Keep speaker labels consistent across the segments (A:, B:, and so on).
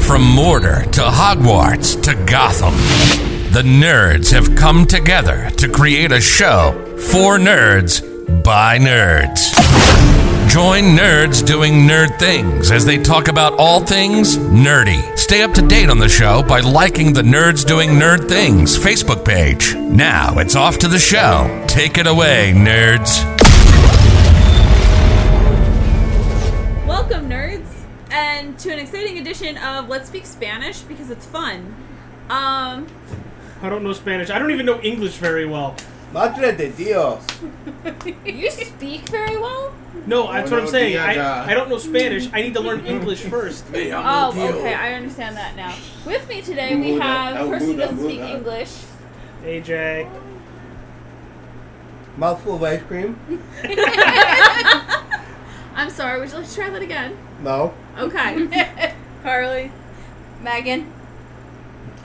A: From Mortar to Hogwarts to Gotham, the nerds have come together to create a show for nerds by nerds. Join nerds doing nerd things as they talk about all things nerdy. Stay up to date on the show by liking the Nerds Doing Nerd Things Facebook page. Now it's off to the show. Take it away, nerds.
B: Welcome, nerds, and to an exciting edition of Let's Speak Spanish because it's fun. Um,
C: I don't know Spanish. I don't even know English very well.
D: Madre de Dios.
B: you speak very well.
C: No, that's what I'm
D: no,
C: saying.
D: Diana.
C: I, I don't know Spanish. I need to learn English first.
B: Oh, okay, I understand that now. With me today, we
D: Muda,
B: have
D: el
B: a person who
D: muda,
B: doesn't speak
D: muda.
B: English.
C: AJ.
D: Mouthful of ice cream?
B: I'm sorry. Would you like to try that again?
D: No.
B: Okay, Carly, Megan.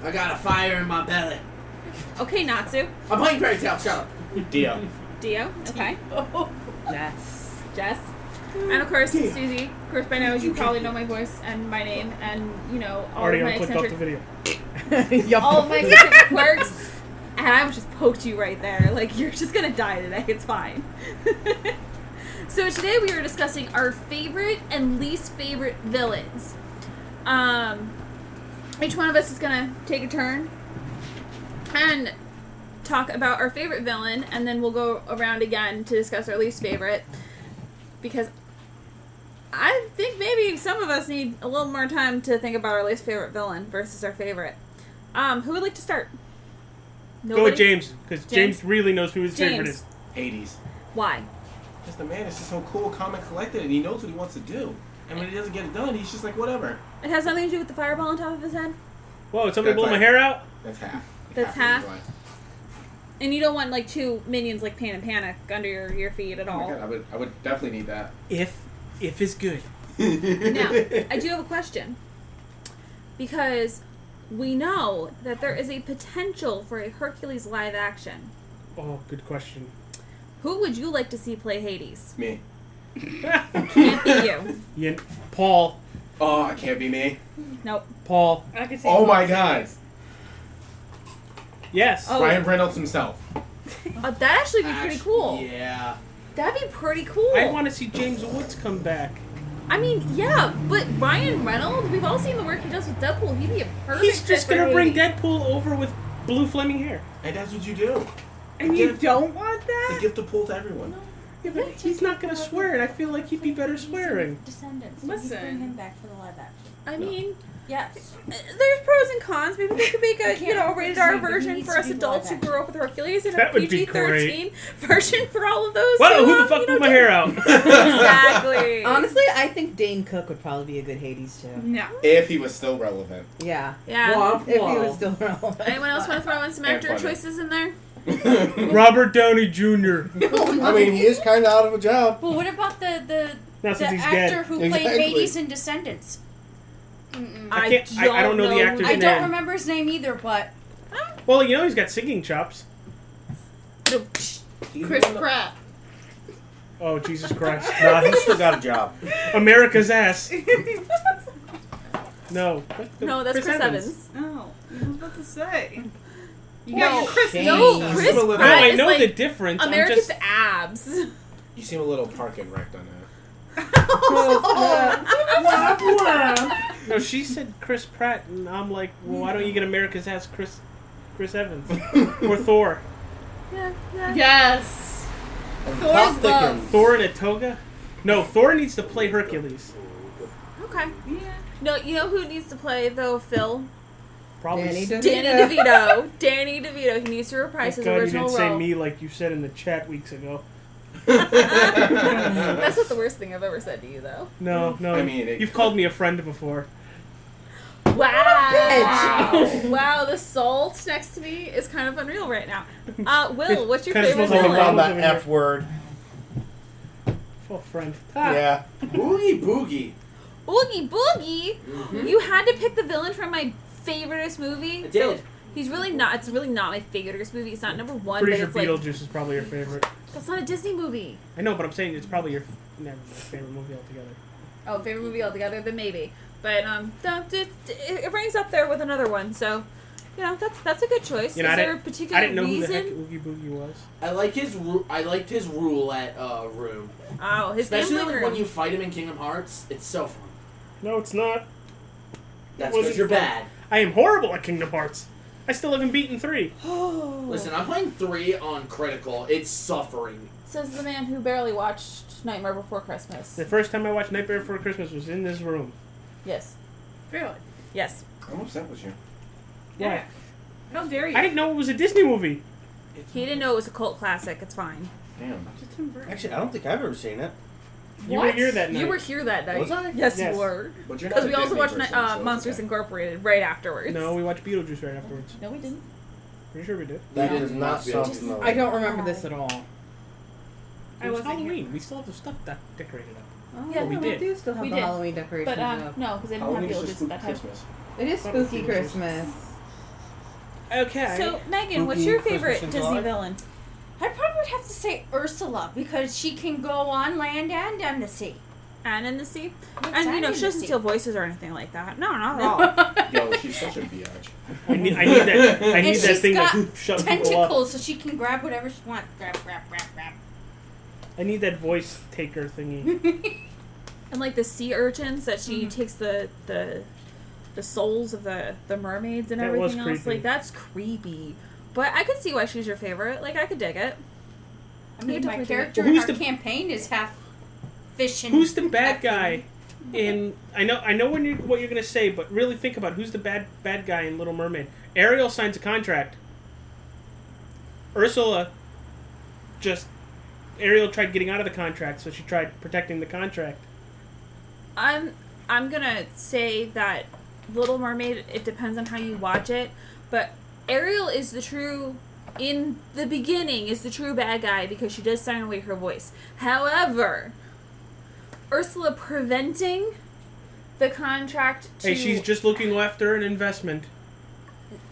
E: I got a fire in my belly.
B: Okay, Natsu,
E: I'm playing fairy tale. Shut up.
F: Dio.
B: Dio. Okay. Yes. Jess. Hmm. And of course, Susie. Of course, by now you probably know my voice and my name, and you know all
C: Already
B: of my
C: I clicked off
B: eccentric
C: the video.
B: all of Oh my eccentric quirks, and I just poked you right there. Like you're just gonna die today. It's fine. so today we are discussing our favorite and least favorite villains. Um, each one of us is gonna take a turn and talk about our favorite villain, and then we'll go around again to discuss our least favorite because. I think maybe some of us need a little more time to think about our least favorite villain versus our favorite. Um, who would like to start?
C: Go with James, because
B: James.
C: James. really knows who his favorite
B: James.
C: is.
F: 80s.
B: Why?
F: Because the man is just so cool, calm, and collected, and he knows what he wants to do. And when he doesn't get it done, he's just like, whatever.
B: It has nothing to do with the fireball on top of his head,
C: Whoa, somebody
F: That's
C: blow my
F: like-
C: hair out?
F: That's half. Like,
B: That's
F: of his
B: and you don't want like two minions like Pan and Panic under your, your feet at
F: life. Oh my
B: all.
F: god, I would, I would definitely need that.
C: If, if is good.
B: now, I do have a question because we know that there is a potential for a Hercules live action.
C: Oh, good question.
B: Who would you like to see play Hades?
F: Me.
B: Can't be you.
C: Ian, Paul.
F: Oh, it can't be me.
B: Nope.
C: Paul.
B: I could
F: Oh my god.
C: Yes.
B: Oh.
F: Ryan Reynolds himself.
B: Uh, that actually would be pretty cool.
F: Yeah.
B: That'd be pretty cool.
C: I want to see James Woods come back.
B: I mean, yeah, but Ryan Reynolds, we've all seen the work he does with Deadpool. He'd be a perfect.
C: He's
B: fit
C: just
B: for
C: going to bring
B: Hades.
C: Deadpool over with blue flaming hair.
F: And that's what you do.
G: And you don't want that?
F: The gift of pull to everyone.
C: Yeah, but he's not going to swear, and I feel like he'd be better swearing.
H: Descendants.
B: Listen.
H: Listen. Bring him back for the live action.
B: I mean,
H: Yes.
B: there's pros and cons. Maybe they could make a you know rated R version for us adults who grew up with Hercules and a
C: That would be
B: PG thirteen version for all of those.
C: Whoa, who
B: um,
C: the fuck
B: you know,
C: blew my
B: do-
C: hair out?
B: Exactly.
G: Honestly, I think Dane Cook would probably be a good Hades too.
B: no.
F: If he was still relevant.
G: Yeah.
B: Yeah.
G: If he was still relevant.
B: Anyone else want to throw in some
F: And
B: actor
F: funny.
B: choices in there?
C: Robert Downey Jr.
D: I mean, he is kind of out of a job.
H: But what about the the,
C: Not
H: the
C: since he's
H: actor
C: dead.
H: who played
D: Exactly.
H: Hades in Descendants? Mm-mm.
C: I can't- I- I don't know the actor's
H: I
C: name.
H: don't remember his name either, but
C: Well, you know he's got singing chops.
B: Chris Pratt.
C: Oh Jesus Christ!
D: Nah, he still got a job.
C: America's ass. No. What the-
B: No, that's Chris, Evans.
G: Oh, I was about to say.
B: You got your Chris.
G: Shane.
B: No, Chris
F: No, I
C: No,
B: Pratt
C: I
B: is
C: know
B: like
C: the difference.
B: America's
C: I'm
B: abs.
F: You seem a little park and wrecked on that.
C: just no. She said Chris Pratt, and I'm like, well, why don't you get America's ass, Chris, Chris Evans or Thor?
B: Yeah, yeah.
G: Yes.
D: Stop thinking.
C: Thor in a toga? No, Thor needs to play Hercules.
B: Okay. Yeah. No, you know who needs to play though? Phil.
C: Probably.
G: Danny
C: s-
G: DeVito.
B: Danny DeVito. Danny DeVito. He needs to reprise
C: Thank
B: his
C: God you
B: original
C: didn't
B: role.
C: say me like you said in the chat weeks ago.
B: That's not the worst thing I've ever said to you, though.
C: No, no.
F: I mean, it-
C: you've called me a friend before.
B: Wow! wow, the salt next to me is kind of unreal right now. Uh, Will, what's your
C: Kinda
B: favorite
C: smells like
D: Think
C: a
B: villain?
D: about that
C: over here.
D: F word.
C: Full friend. Ah,
D: Yeah.
F: Boogie Boogie.
B: Oogie Boogie! You had to pick the villain from my favoriteest movie.
E: did.
B: He's really not. It's really not my favoriteest movie. It's not number one,
C: Pretty sure
B: but it's
C: Beetlejuice is probably your favorite.
B: like that's not a Disney movie.
C: I know, but I'm saying it's probably your f- never mind, favorite movie altogether.
B: Oh, favorite movie altogether? Then maybe. But um, no, it, it it rings up there with another one. So, you know, that's that's a good choice.
C: You know,
B: Is
C: I
B: there a
C: didn't-
B: particular
C: I didn't know
B: reason?
C: who the heck Oogie Boogie was.
E: I like his. Ru- I liked his roulette uh, room,
B: Oh, his
E: especially
B: gambling
E: like,
B: room.
E: when you fight him in Kingdom Hearts. It's so fun.
C: No, it's not.
E: That's
C: wasn't
E: because you're
C: fun.
E: bad.
C: I am horrible at Kingdom Hearts. I still haven't beaten three.
E: Listen, I'm playing three on critical. It's suffering.
B: Says the man who barely watched Nightmare Before Christmas.
C: The first time I watched Nightmare Before Christmas was in this room.
B: Yes.
G: Really?
B: Yes.
F: I'm upset with you.
C: Yeah.
G: How dare you?
C: I didn't know it was a Disney movie.
B: He didn't know it was a cult classic. It's fine.
F: Damn.
G: It's a Tim Burton.
D: Actually, I don't think I've ever seen it.
C: You were here that night.
B: You were here that night.
D: Was I?
B: Yes,
C: Yes.
B: you were.
F: But you're not
B: Because
F: a
B: we also
F: Disney
B: watched
F: person,
B: uh,
F: so it's
B: Monsters
F: okay.
B: Incorporated right afterwards.
C: No, we watched Beetlejuice right afterwards.
B: No, we didn't.
C: Pretty sure we did.
D: That
E: Yeah.
D: does not
E: Yeah.
D: sound
E: Just-
D: familiar.
G: I don't remember this at all.
C: It was
G: wasn't here.
C: Halloween. We still have the stuff that decorated up.
G: Oh,
B: Yeah,
C: we did.
G: do still have
B: We
G: the
B: did.
G: Halloween decorations
B: But um,
G: up.
B: no, because I didn't have
F: Halloween is just
B: Beetlejuice at
F: spooky
B: that time.
F: Christmas.
G: It is spooky
C: Halloween.
G: Christmas.
C: Okay.
B: So, Megan, what's your favorite Disney villain?
H: I probably would have to say Ursula because she can go on land and on the sea.
B: Anne in the Sea?
H: What's
B: And,
H: Anne
B: you know,
H: in
B: she
H: the
B: doesn't
H: Sea?
B: steal voices or anything like that. No, not at all.
F: Yo, she's such a biatch.
C: I need, I need that. I need
H: And
C: that
H: she's
C: thing
H: got
C: that shuts people up.
H: Tentacles, so she can grab whatever she wants. Grab, grab, grab, grab.
C: I need that voice taker thingy.
B: and, like, the sea urchins that she takes the, the the souls of the, the mermaids and
C: That was
B: everything else.
C: creepy.
B: Like, that's creepy. But I could see why she's your favorite. Like, I could dig it.
H: I
B: You
H: mean, my
B: definitely do.
H: character
C: Well,
H: in
C: who's
H: our
C: the-
H: campaign is half fish and
C: Who's the bad guy? In I know I know when you what you're gonna say, but really think about who's the bad bad guy in Little Mermaid. Ariel signs a contract. Ursula just Ariel tried getting out of the contract, so she tried protecting the contract.
B: I'm I'm gonna say that Little Mermaid. It depends on how you watch it, but Ariel is the true in the beginning is the true bad guy because she does sign away her voice. However, Ursula preventing the contract to
C: Hey, she's just looking after an investment.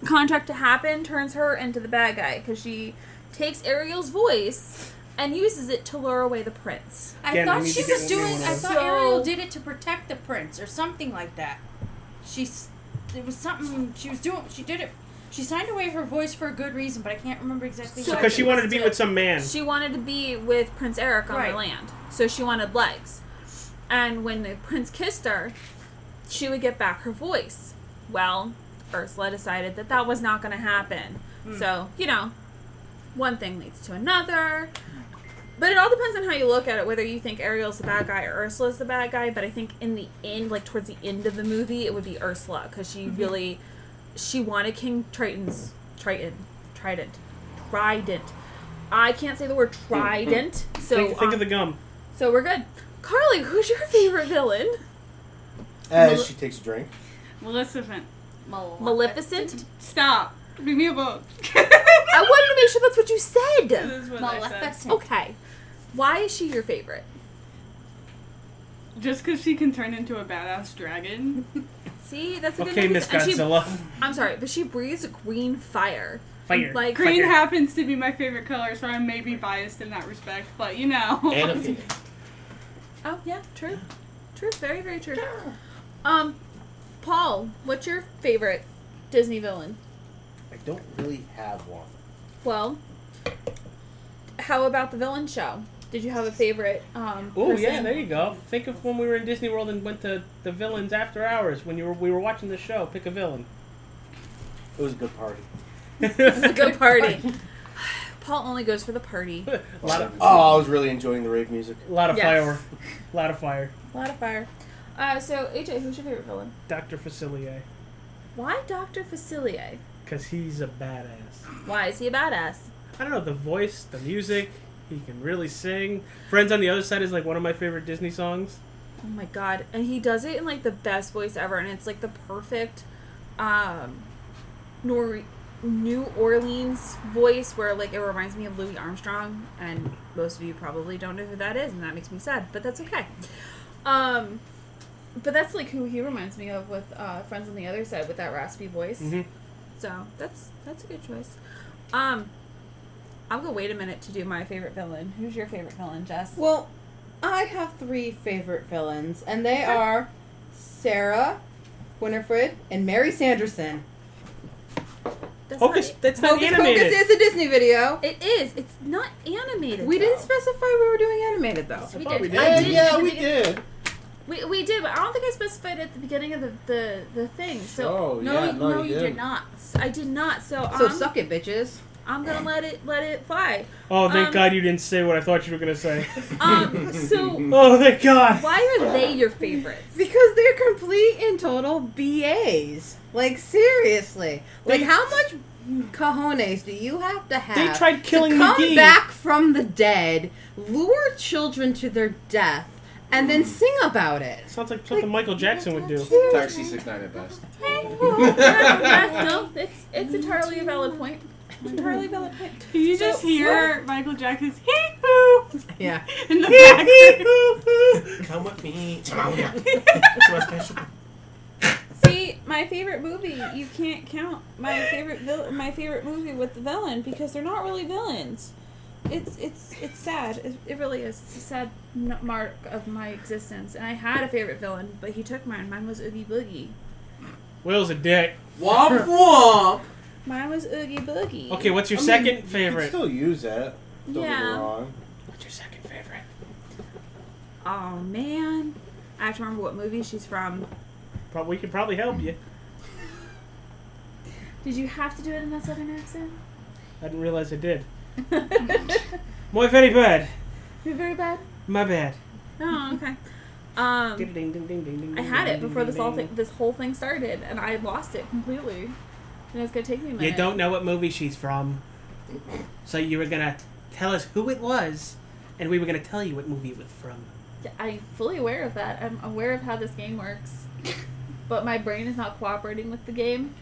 B: contract to happen turns her into the bad guy because she takes Ariel's voice and uses it to lure away the prince.
H: I
C: Again, we
H: thought
C: need
H: she
C: to get
H: was
C: one more
H: doing.
C: one
H: I
C: of
H: thought
B: those.
H: Ariel
B: So-
H: did it to protect the prince or something like that. She's. It was something she was doing. She did it. She signed away her voice for a good reason, but I can't remember exactly.
B: So-
H: what
C: Because she
H: it
C: wanted to
H: was
C: be with some man.
B: She wanted to be with Prince Eric on
H: Right.
B: the land. So she wanted legs. And when the prince kissed her, she would get back her voice. Well, Ursula decided that that was not going to happen. So, you know, one thing leads to another. But it all depends on how you look at it, whether you think Ariel's the bad guy or Ursula's the bad guy. But I think in the end, like towards the end of the movie, it would be Ursula because she
C: Mm-hmm.
B: really she wanted King Triton's Triton Trident Trident. I can't say the word trident, so
C: Mm-hmm. think, think
B: um,
C: of the gum.
B: so we're good. Carly, who's your favorite villain?
D: As she takes a drink.
I: Maleficent.
B: Maleficent.
I: Stop. Leave me alone.
B: I wanted to make sure that's what you said.
I: This is what I said.
H: Maleficent.
B: Okay, why is she your favorite?
I: Just because she can turn into a badass dragon.
B: See, that's a good
C: Okay, Miss
B: reason. And she-
C: Godzilla.
B: I'm sorry, but she breathes green fire.
C: Fire.
B: Like
I: Green
C: Fucker.
I: happens to be my favorite color, so I may be biased in that respect, but you know.
E: And a phoenix.
B: Oh yeah, true, true, very very true. Um, Paul, what's your favorite Disney villain?
D: I don't really have one.
B: Well, how about the villain show? Did you have a favorite? Um,
C: Oh
B: person?
C: yeah, there you go. Think of when we were in Disney World and went to the villains after hours when you were we were watching the show. Pick a villain.
D: It was a good party.
B: It's a good party. Paul only goes for the party.
C: a lot of,
D: Oh, I was really enjoying the rave music.
C: a lot of
B: Yes.
C: fire, a lot of fire.
B: A lot of fire. Uh, so AJ, who's your favorite villain?
C: Doctor Facilier,
B: Why Doctor Facilier?
C: because he's a badass.
B: Why is he a badass?
C: I don't know the voice, the music. He can really sing. Friends on the Other Side is like one of my favorite Disney songs.
B: Oh my god. And he does it in like the best voice ever and it's like the perfect um Nor- New Orleans voice where like it reminds me of Louis Armstrong and most of you probably don't know who that is and that makes me sad, but that's okay. Um but that's like who he reminds me of with uh, Friends on the Other Side with that raspy voice.
C: Mhm.
B: So that's that's a good choice. Um I'll go wait a minute to do my favorite villain. Who's your favorite villain, Jess?
G: Well, I have three favorite villains, and they are Sarah, Winifred, and Mary Sanderson.
B: That's not
C: Hocus,
B: it.
C: that's not
G: Hocus Pocus
C: animated.
G: is a Disney video.
B: it is. It's not animated.
G: We didn't
B: though.
G: specify we were doing animated though.
B: We
D: thought
B: did.
D: we did.
B: I did.
D: yeah,
B: we,
D: we
B: did.
D: did.
B: We, we did, but I don't think I specified at the beginning of the the, the thing. So
D: Oh,
B: no,
D: yeah,
B: no,
D: no,
B: you,
D: you
B: did.
D: didn't.
B: not. I did not. So,
G: So
B: I'm,
G: suck it, bitches.
B: I'm gonna let it let it fly.
C: Oh, thank
B: Um,
C: God you didn't say what I thought you were gonna say.
B: Um. So
C: Oh, thank God.
B: why are they your favorites?
G: Because they're complete and total BAs. Like seriously. Like
C: They-
G: how much cojones do you have to have?
C: They tried killing
G: to come
C: McGee.
G: back from the dead, lure children to their death, and then sing about it.
C: Sounds like something Michael Jackson would do.
E: Taxi six nine at best.
B: yeah, yeah, no, it's it's entirely a valid point. Entirely valid point.
I: Did you just hear Michael Jackson's hee hoo
G: Yeah.
I: in the back?
F: Come with me. Tamalia. It's my special.
B: See, my favorite movie, you can't count my favorite vil- my favorite movie with the villain because they're not really villains. It's it's it's sad. It, it really is. It's a sad n- mark of my existence. And I had a favorite villain, but he took mine. Mine was Oogie Boogie.
C: Will's a dick.
E: Womp womp.
B: Mine was Oogie Boogie.
C: Okay, what's your
D: I mean,
C: second
D: you could
C: favorite?
D: still use that. Don't get me
B: Yeah.
D: wrong.
C: What's your second favorite?
B: Oh man, I have to remember what movie she's from.
C: Prob- we can probably help you.
B: Did you have to do it in that southern accent?
C: I didn't realize I did. Muy very bad.
B: You're very bad.
C: My bad.
B: Oh, okay. Um, I had it before this all thing, this whole thing started, and I lost it completely. And it's gonna take me a minute.
C: You don't know what movie she's from. So you were gonna tell us who it was, and we were gonna tell you what movie it was from.
B: I'm fully aware of that. I'm aware of how this game works, but my brain is not cooperating with the game.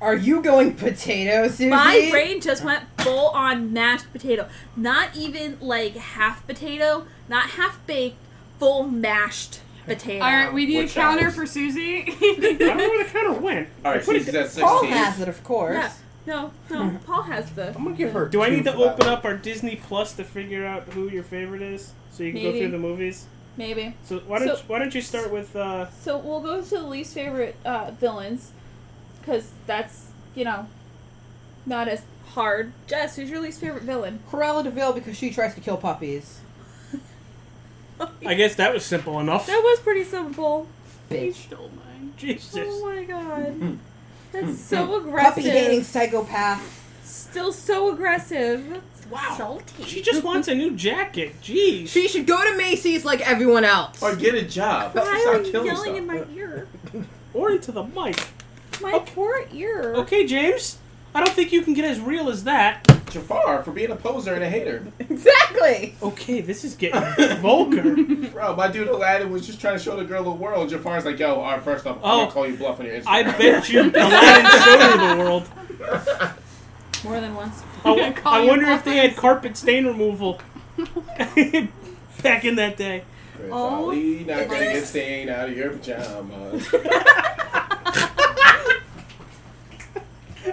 G: Are you going potato, Susie?
B: My brain just went full on mashed potato. Not even like half potato. Not half baked. Full mashed potato.
I: All right, we need a
E: Which
I: counter
E: hours?
I: for Susie.
C: I don't know where the counter went.
E: All right,
C: Put it
E: she's at
G: Paul
E: sixteen.
G: has it, of course.
B: Yeah. No, no. Paul has the.
D: I'm gonna give her.
C: Do I
D: two
C: need to
D: for that
C: open
D: one.
C: up our Disney Plus to figure out who your favorite is, so you can go
B: Maybe.
C: through the movies?
B: Maybe.
C: So why don't
B: So-
C: why don't you start with uh,
B: So we'll go to the least favorite uh, villains, because that's you know not as hard. Jess, who's your least favorite villain?
G: Cruella Deville because she tries to kill puppies.
C: I guess that was simple enough.
B: That was pretty simple.
I: You
G: Bitch.
I: stole mine.
C: Jesus.
B: Oh my god, that's so
G: Puppy hating
B: aggressive.
G: psychopath.
B: Still so aggressive.
C: Wow.
H: Salty.
C: She just wants a new jacket. Jeez.
G: She should go to Macy's like everyone else.
F: Or get a job.
B: Why
F: Stop
B: are you
F: killing
B: yelling
F: stuff.
B: in my ear?
C: or into the mic.
B: My
C: Okay.
B: poor ear.
C: Okay, James. I don't think you can get as real as that.
F: Jafar.
E: For being a poser and a hater.
G: Exactly.
C: Okay, this is getting vulgar.
E: Bro, my dude Aladdin was just trying to show the girl the world. Jafar's like, yo, all right, first off, I'm
C: Oh.
E: gonna call you bluff on your Instagram.
C: I bet you Aladdin showed her the world.
B: More than once.
C: I, w-
I: Call
C: I
I: you
C: wonder if they had carpet stain removal back in that day.
E: Prince
I: Oh,
E: Ali, not gonna get
I: goodness.
E: stained out of your pajamas.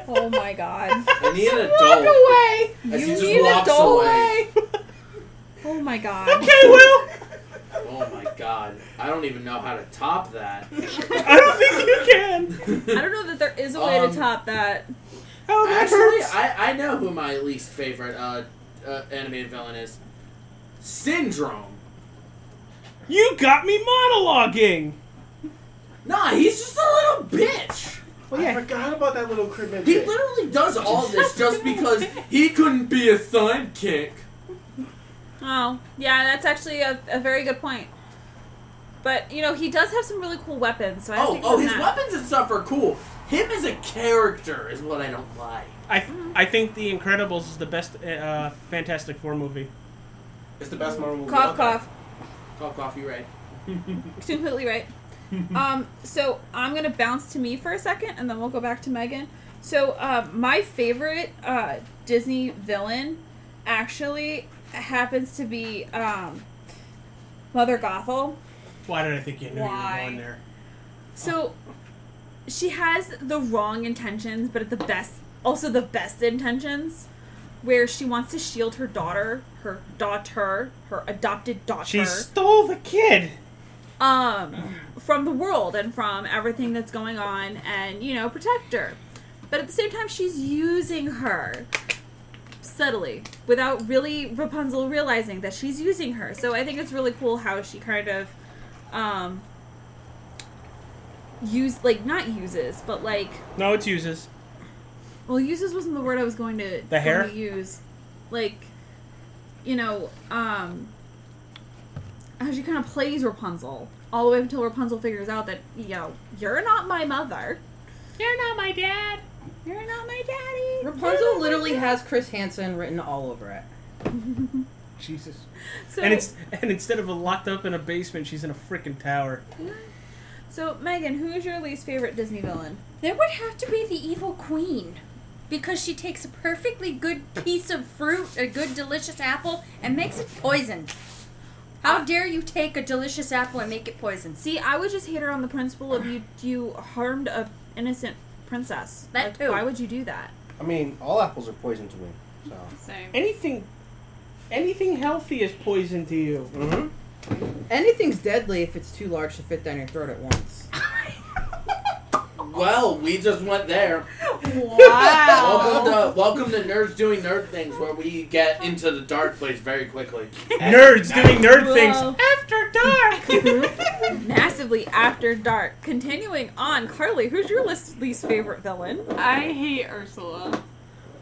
B: Oh my god.
E: I need an adult.
G: Away.
E: As he
G: You
E: just
G: need a
E: walks
G: doorway.
B: Oh my god.
C: Okay, Will.
E: Oh my god. I don't even know how to top that.
C: I don't think you can.
B: I don't know that there is a way
E: Um,
B: to top that.
C: Oh, that
E: Actually,
C: hurts.
E: I, I know who my least favorite uh, uh, animated villain is. Syndrome.
C: You got me monologuing.
E: Nah, he's just a little bitch.
F: I forgot about that little cribbage.
E: He literally does all this just because he couldn't be a sidekick.
B: Oh, yeah, that's actually a, a very good point. But, you know, he does have some really cool weapons, so I have to
E: Oh,
B: give
E: oh,
B: him
E: his
B: that.
E: weapons and stuff are cool. Him as a character is what I don't like.
C: I I think The Incredibles is the best uh, Fantastic Four movie.
E: It's the best Marvel movie.
B: Cough,
E: out there.
B: cough.
E: Cough, cough, you're right.
B: Completely right. um, so I'm going to bounce to me for a second, and then we'll go back to Megan. So, uh, my favorite uh, Disney villain actually happens to be um, Mother Gothel.
C: Why did I think you knew you
B: Why?
C: were going there?
B: So she has the wrong intentions, but at the best, also the best intentions. where she wants to shield her daughter, her daughter, her adopted daughter.
C: She stole the kid.
B: um, from the world and from everything that's going on and, you know, protect her. But at the same time, she's using her subtly without really Rapunzel realizing that she's using her. So I think it's really cool how she kind of, um, use like not uses but like
C: No, it's uses.
B: well uses wasn't the word i was going to,
C: The hair?
B: going to use like you know um how she kind of plays rapunzel all the way up until rapunzel figures out that you know you're not my mother
H: You're not my dad.
B: you're not my daddy
G: Rapunzel literally has Chris Hansen written all over it.
C: Jesus.
B: so,
C: And it's and instead of locked up in a basement, she's in a freaking tower.
B: so megan who is your least favorite disney villain
H: There would have to be the evil queen. Because she takes a perfectly good piece of fruit, a good delicious apple, and makes it poisoned. How dare you take a delicious apple and make it poisoned? See,
B: see i would just hate her on the principle of you you harmed a innocent princess
H: That
B: like,
H: too.
B: why would you do that
D: I mean, all apples are poison to me. So.
I: Same.
C: Anything, anything healthy is poison to you.
D: Mm-hmm.
G: Anything's deadly if it's too large to fit down your throat at once.
E: Well, we just went there. Welcome
B: wow
E: to welcome to nerds doing nerd things, where we get into the dark place very quickly.
C: Nerds doing nerd
B: Whoa.
C: things after dark.
B: Massively after dark. Continuing on, Carly, who's your least, least favorite villain?
I: I hate Ursula.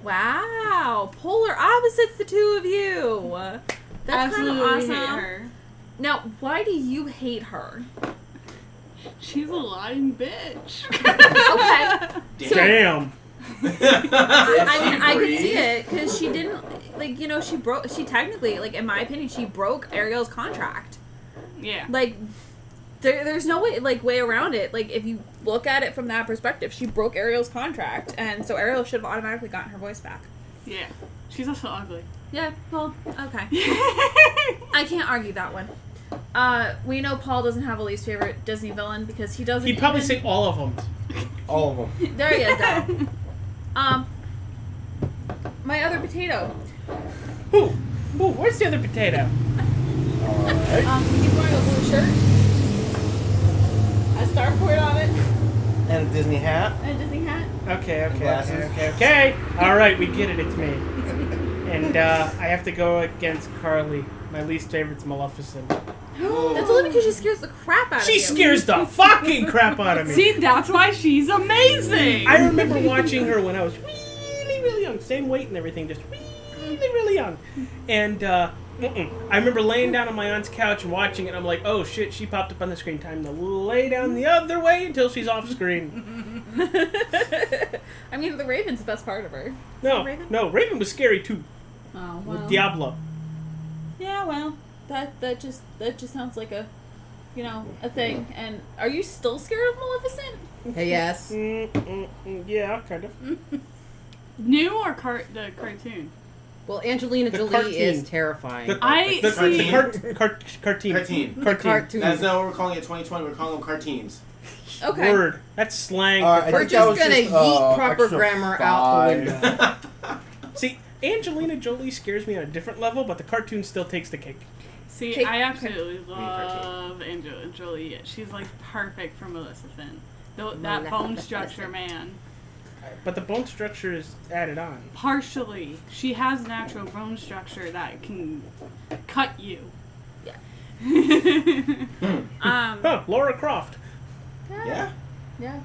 B: Wow, polar opposites, the two of you. That's kind of
I: Absolutely
B: awesome.
I: hate her.
B: Now, why do you hate her?
I: She's a lying bitch.
B: Okay.
C: Damn.
B: I mean, I could see it because she didn't like you know she broke. She technically, like in my opinion, she broke Ariel's contract.
I: yeah.
B: Like. There, there's no way like way around it. Like if you look at it from that perspective, she broke Ariel's contract, and so Ariel should have automatically gotten her voice back.
I: Yeah. She's also ugly.
B: Yeah, well, okay. I can't argue that one. Uh, we know Paul doesn't have a least favorite Disney villain because he doesn't.
C: He'd probably
B: even-
C: say all of them.
D: All of them.
B: There he is, though. um, my other potato.
C: Who? Who? Where's the other potato?
B: Um, he's wearing a blue shirt. A starport on it
D: And a Disney hat.
B: and a Disney hat.
C: Okay, okay, okay,
D: Glasses.
C: okay, okay. All right, we get it. It's me. And uh, I have to go against Carly. My least favorite's Maleficent.
B: That's only because she scares the crap out
C: She
B: of you.
C: scares the fucking crap out of me.
I: See, that's why she's amazing.
C: I remember watching her when I was really, really young, same weight and everything, just really, really young. And uh, mm-mm. I remember laying down on my aunt's couch and watching it. And I'm like, oh shit, she popped up on the screen. Time to lay down the other way until she's off screen.
B: I mean, the Raven's the best part of her.
C: No,
B: Raven?
C: no, Raven was scary too.
B: Oh
C: With Diablo.
B: Yeah, well, that that just that just sounds like a, you know, a thing. And are you still scared of Maleficent?
G: Hey, yes.
C: Mm, mm, mm, yeah, kind of.
I: New or car- the cartoon?
G: Well, Angelina
C: The
G: Jolie
C: cartoon.
G: is terrifying.
C: The-
I: I
C: The,
I: see.
C: the cart, cart, cartoon.
F: Cartoon.
C: Cartoon.
G: Cartoon.
F: That's not what we're calling it 2020. We're calling them cartoons.
B: Okay.
C: Word. That's slang.
D: All right, I
G: We're
D: think
G: just
D: that was
G: gonna
D: just,
G: yeet
D: uh,
G: proper
D: extra
G: grammar out the
D: five.
G: window.
C: See, Angelina Jolie scares me on a different level, but the cartoon still takes the cake.
I: See,
B: Take-
I: I absolutely love Angela Jolie. She's like perfect for Maleficent. Tho- that bone structure, man.
C: But the bone structure is added on.
I: Partially, she has natural bone structure that can cut you.
B: Yeah. Um,
C: Huh, Laura Croft.
D: Yeah.
B: Yeah.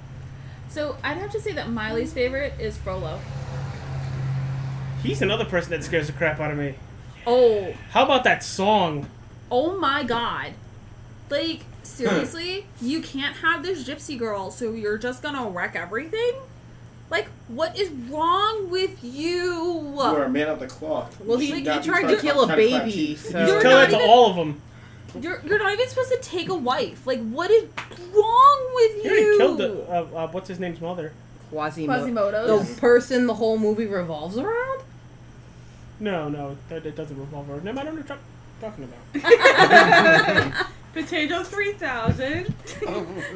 B: So I'd have to say that Miley's favorite is Frollo.
C: He's another person that scares the crap out of me.
B: Oh,
C: How about that song?
B: oh my God! Like seriously, you can't have this gypsy girl, so you're just gonna wreck everything. Like, what is wrong with you?
F: We're a man of the cloth.
G: Well, he-
F: Should
G: he
F: not be
G: tried to
F: trying
G: kill a
F: trying to crack
G: baby,
F: cheeks.
G: so-
B: You're
C: Uh, Tell
B: not
C: that to
B: even-
C: all of them.
B: You're you're not even supposed to take a wife. Like, what is wrong with
C: He
B: you?
C: already killed the, uh, uh, what's his name's mother.
G: Quasimodo.
B: Quasimodo.
G: The person the whole movie revolves around?
C: No, no, that, that doesn't revolve around him. I don't know what you're talking about.
I: Potato 3000.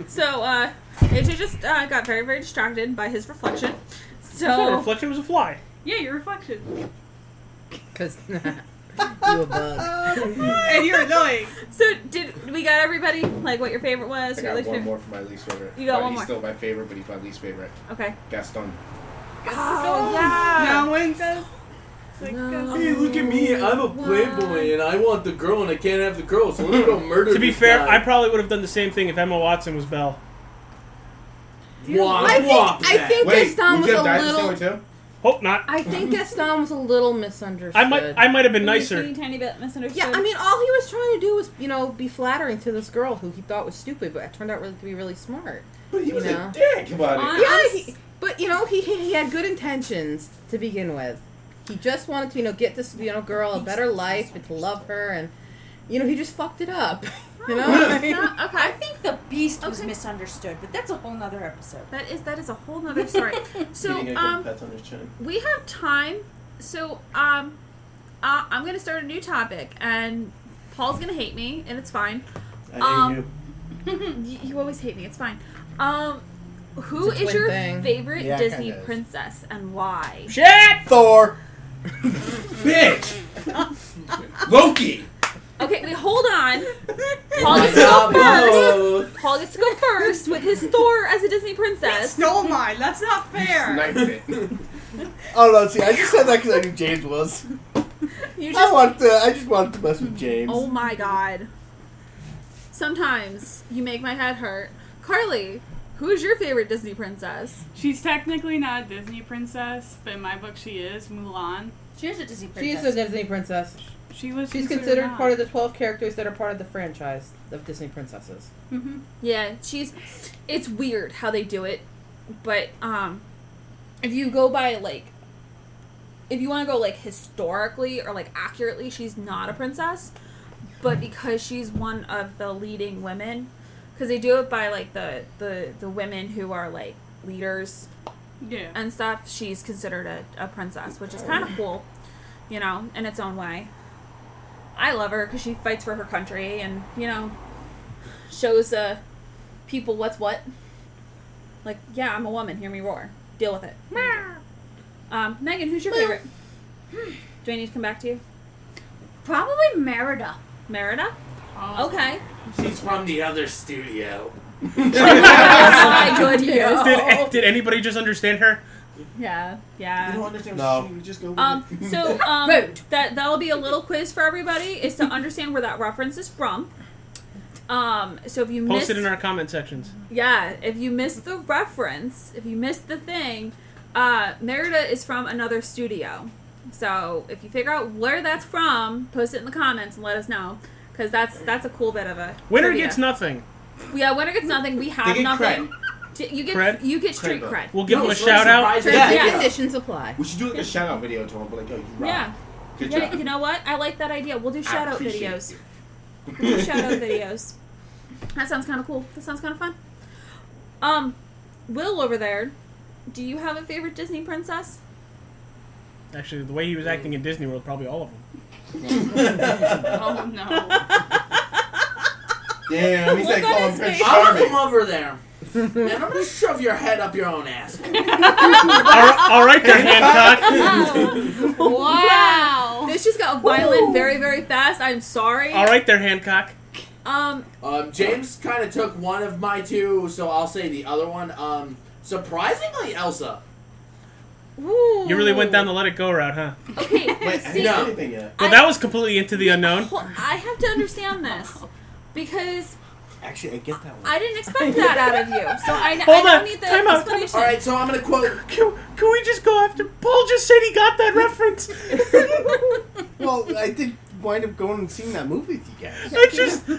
B: So, uh, AJ just uh, got very very distracted by his reflection.
C: Oh.
B: So
C: Reflection was a fly.
I: Yeah, your reflection.
G: because you a bug.
I: and you're annoying.
B: So did we got everybody? Like what your favorite was?
J: I
B: your
J: got
B: least
J: one
B: favorite?
J: more for my least favorite.
B: You got
J: but
B: one
J: he's
B: more.
J: still my favorite, but he's my least favorite.
B: Okay.
J: Gaston.
B: Oh yeah.
F: Now when's
E: Hey, look at me. I'm a playboy and I want the girl and I can't have the girl, so let's go
G: Hmm.
E: murder
C: To be
E: this
C: fair,
E: guy.
C: I probably would have done the same thing if Emma Watson was Belle.
E: Womp
G: I think
E: womp.
G: I think
J: Wait,
G: Gaston
J: would
G: was
J: you
G: a
J: have died this
G: little.
J: way too?
C: Hope not.
G: I think Gaston was a little misunderstood.
C: I might I might have been
B: Only teeny
C: nicer.
B: tiny bit misunderstood.
G: Yeah, I mean, all he was trying to do was, you know, be flattering to this girl who he thought was stupid, but it turned out really, to be really smart.
J: But he was
G: No.
J: a dick about it.
B: Hon-
G: Yeah,
B: honest-
G: he, but you know, he he had good intentions to begin with. He just wanted to, you know, get this, you know, girl a better life and to love her, and you know, he just fucked it up. You know,
B: Yeah,
H: I
B: Uh, okay.
H: think the beast was
B: Okay.
H: misunderstood, but that's a whole nother episode.
B: That is that is a whole nother story. So
F: Getting a good
B: um,
F: pat on his chin.
B: we have time. So um, uh, I'm gonna start a new topic, and Paul's gonna hate me, and it's fine.
F: I hate
B: um,
F: you.
B: you, you always hate me. It's fine. Um, who
G: It's a
B: is
G: twin
B: your
G: thing.
B: favorite
D: Yeah, it kinda
B: Disney
D: is.
B: princess and why?
C: Shit!
D: Thor.
E: Bitch! Loki!
B: Okay, wait, hold on. Paul gets to go first.
E: Oh,
B: Paul gets to go first with his Thor as a Disney princess.
I: Stole mine. That's not fair.
J: Sniped it.
D: Oh no! See, I just said that because I knew James was.
B: You
D: I
B: just,
D: wanted to. I just wanted to mess with James.
B: oh my god. Sometimes you make my head hurt. Carly, who is your favorite Disney princess?
I: She's technically not a Disney princess, but in my book she is Mulan.
H: She is a Disney princess.
G: she's a Disney princess.
I: She was.
G: She's considered part of the twelve characters that are part of the franchise of Disney princesses.
H: hmm
B: Yeah, she's. It's weird how they do it, but um, if you go by like, if you want to go like historically or like accurately, she's not a princess, but because she's one of the leading women, because they do it by like the the the women who are like leaders
I: Yeah.
B: and stuff. She's considered a, a princess, which is kind of cool, you know, in its own way. I love her because she fights for her country and you know shows uh people what's what. Like, yeah, I'm a woman. Hear me roar. Deal with it. Um, Megan, who's your favorite? Do I need to come back to you,
H: Probably Merida.
B: Merida?
I: Oh,
B: Okay.
E: She's from the other studio.
B: That's my good
C: Did,
B: you.
C: did anybody just understand her?
B: Yeah,
F: You don't
B: yeah.
F: understand
D: No.
F: what she- we just go with
B: Um,
F: it.
B: so um,
H: Rude.
B: that that'll be a little quiz for everybody is to understand where that reference is from. Um, so if you
C: Post
B: missed,
C: it in our comment sections.
B: yeah, if you missed the reference, if you missed the thing, uh, Merida is from another studio. So if you figure out where that's from, post it in the comments and let us know. Because that's that's a cool bit of a
C: Winner
B: trivia.
C: gets nothing.
B: yeah winner gets nothing we have
J: They get
B: nothing T- you get
C: Cred?
B: you get street
J: Cred,
B: cred
C: We'll give
E: No,
C: them a
E: it's
C: shout out.
E: surprising.
G: Terms
E: Yeah,
G: and
B: yeah.
G: conditions apply.
J: We should do like a shout out video to him, but like, yo, you rock.
B: yeah
J: Good
B: yeah
J: job.
B: you know what I like that idea we'll do shout out
J: appreciate
B: videos We'll do shout out videos that sounds kind of cool that sounds kind of fun um Will over there do you have a favorite Disney princess
C: Actually, the way he was acting in Disney World, probably all of them.
I: oh no.
J: Damn, he's like
B: Look at
J: calling
B: his
J: Prince
B: face.
E: I'm gonna
J: Charming.
E: come over there. And I'm gonna shove your head up your own ass.
C: all, right, all right there, Hancock.
B: wow this just got violent very very fast I'm sorry
C: All right there, Hancock.
B: um
E: Um, James kind of took one of my two, so I'll say the other one. Um, surprisingly, Elsa.
B: ooh.
C: You really went down the let it go route, huh?
B: okay
J: Wait, I
B: see
J: didn't say anything yet.
C: Well,
B: I-
C: that was completely into the unknown.
B: Hold- I have to understand this because
D: Actually, I get that one.
B: I didn't expect that out of you. So I, I
C: Hold
B: don't
C: on.
B: need the
C: Time out.
B: explanation.
E: All right, so I'm gonna quote.
C: Can, can we just go after Paul? Just said he got that reference.
D: Well, I did wind up going and seeing that movie with you guys.
C: I just he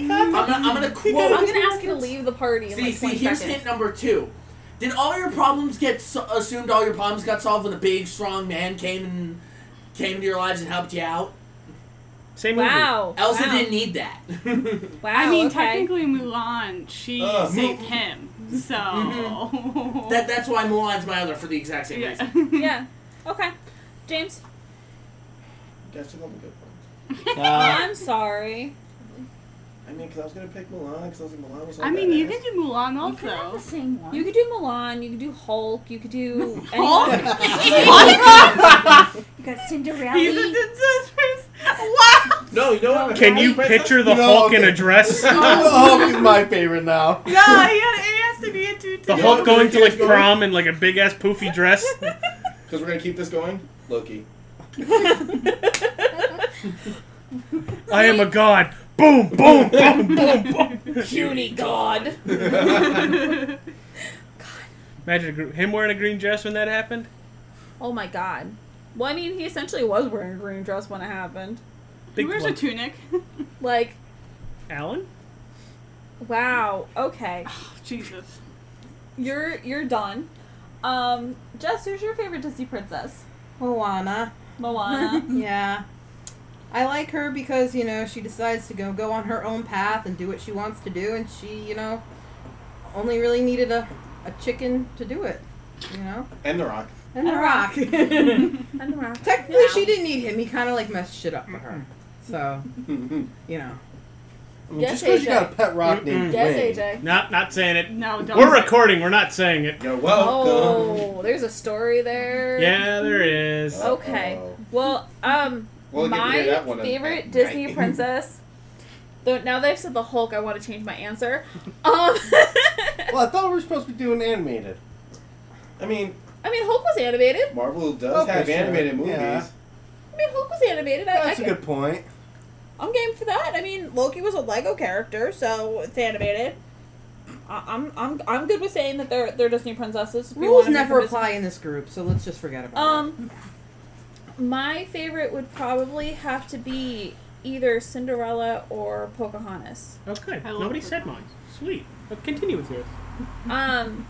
E: I'm
C: got that.
E: gonna, I'm gonna
B: I'm
E: quote.
B: gonna ask you to leave the party in
E: See,
B: like
E: see,
B: 20
E: here's
B: seconds.
E: hint number two. Did all your problems get so- assumed? All your problems got solved when a big, strong man came and came into your lives and helped you out.
C: Same movie.
B: Wow.
E: Elsa
B: wow.
E: didn't need that.
B: Wow.
I: I mean,
B: Oh, okay.
I: technically Mulan, she
J: Uh,
I: saved
J: Mul-
I: him. So. Mm-hmm.
E: that that's why Mulan's my other for the exact same reason.
B: Yeah. Okay. James,
J: Guys, took all the good ones.
D: Uh,
B: I'm sorry.
E: I
F: I mean, because I was gonna pick Mulan, because I was like Mulan was. so
I: I mean, you
F: badass.
I: can do Mulan
B: You
I: also.
B: could have the same one. You could do Milan. You could do Hulk. You could do
H: You got Cinderella.
I: He's a disastrous. Wow.
F: No, you know what?
C: Can you
F: Princess-
C: picture the
D: No,
C: Hulk in
D: okay.
C: a dress?
D: the Hulk is my favorite now.
I: No, he, had, he has to be a two.
C: The
F: Yeah,
C: Hulk going to like
F: going.
C: prom in like a big ass poofy dress?
F: Because we're gonna keep this going, Loki.
C: I am a god. Boom, boom, boom, boom, boom.
B: puny god.
C: Imagine a gr- him wearing a green dress when that happened.
B: Oh my god. Well, I mean, he essentially was wearing a green dress when it happened.
I: He
C: Big
I: wears a
C: one.
I: tunic.
B: Like,
C: Alan?
B: wow. Okay,
I: Oh, Jesus.
B: you're you're done. Um, Jess, who's your favorite Disney princess?
G: Moana.
B: Moana.
G: Yeah. I like her because, you know, she decides to go go on her own path and do what she wants to do and she, you know, only really needed a, a chicken to do it. You know?
F: And The Rock.
G: And the
B: A
G: rock.
B: rock.
G: Technically
B: And the rock.
G: she didn't need him. He kinda like messed shit up for her. So, you know.
D: I mean,
B: Yes,
D: just because you
B: AJ.
D: got a pet rock named
B: Yes,
D: Wayne.
B: AJ.
C: Not not saying it.
I: No, don't.
C: We're recording. We're not saying it.
F: You're welcome.
B: Oh, there's a story there.
C: Yeah, there is.
B: Okay.
F: Uh-oh.
B: Well, um,
F: We'll get to hear
B: my
F: that one at-
B: favorite
F: at
B: Disney
F: night.
B: princess. Though now that I've said the Hulk, I want to change my answer. Um,
D: Well, I thought we were supposed to be doing animated.
F: I mean,
B: I mean, Hulk was animated.
F: Marvel does
D: Okay,
F: have
D: sure.
F: animated movies.
D: Yeah.
B: I mean, Hulk was animated. I, I
D: That's a
B: could-
D: good point.
B: I'm game for that. I mean, Loki was a Lego character, so it's animated. I- I'm I'm I'm good with saying that they're they're Disney princesses. If you
G: Rules
B: wanna make
G: never
B: them
G: apply in this group, so let's just forget
B: Disney-
G: about
B: Um, my favorite would probably have to be either Cinderella or Pocahontas.
C: Okay.
I: I love
C: Oh, Nobody
I: her.
C: said mine. Sweet. But continue with yours.
B: Um,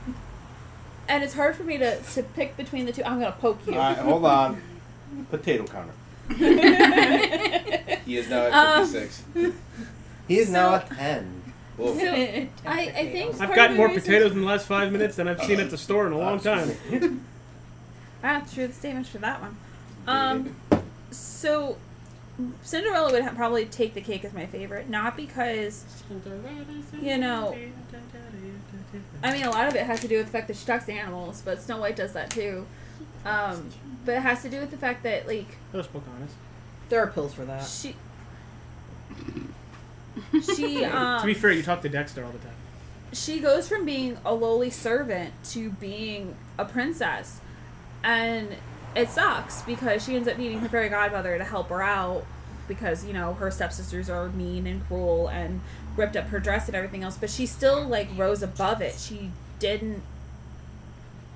B: and it's hard for me to to pick between the two. I'm gonna poke you.
D: All right, hold on. Potato counter.
F: He is now at
B: Um,
F: 56.
D: He is now a ten.
F: Whoa.
B: So, I, I think
C: I've
B: part
C: gotten
B: of the
C: more
B: reason-
C: potatoes in the last five minutes than I've seen at the store in a long time.
B: Ah, true. It's damage for that one. Um, so Cinderella would ha- probably take the cake as my favorite, not because You know- I mean a lot of it has to do with the fact that she talks to animals, but Snow White does that too. Um, but it has to do with the fact that like
C: That was Pocahontas.
G: it. There are pills for that.
B: she she um
C: Uh. to be fair, you talk to Dexter all the time.
B: she goes from being a lowly servant to being a princess. And it sucks because she ends up needing her fairy godmother to help her out because, you know, her stepsisters are mean and cruel and ripped up her dress and everything else. But she still, like, rose above it. She didn't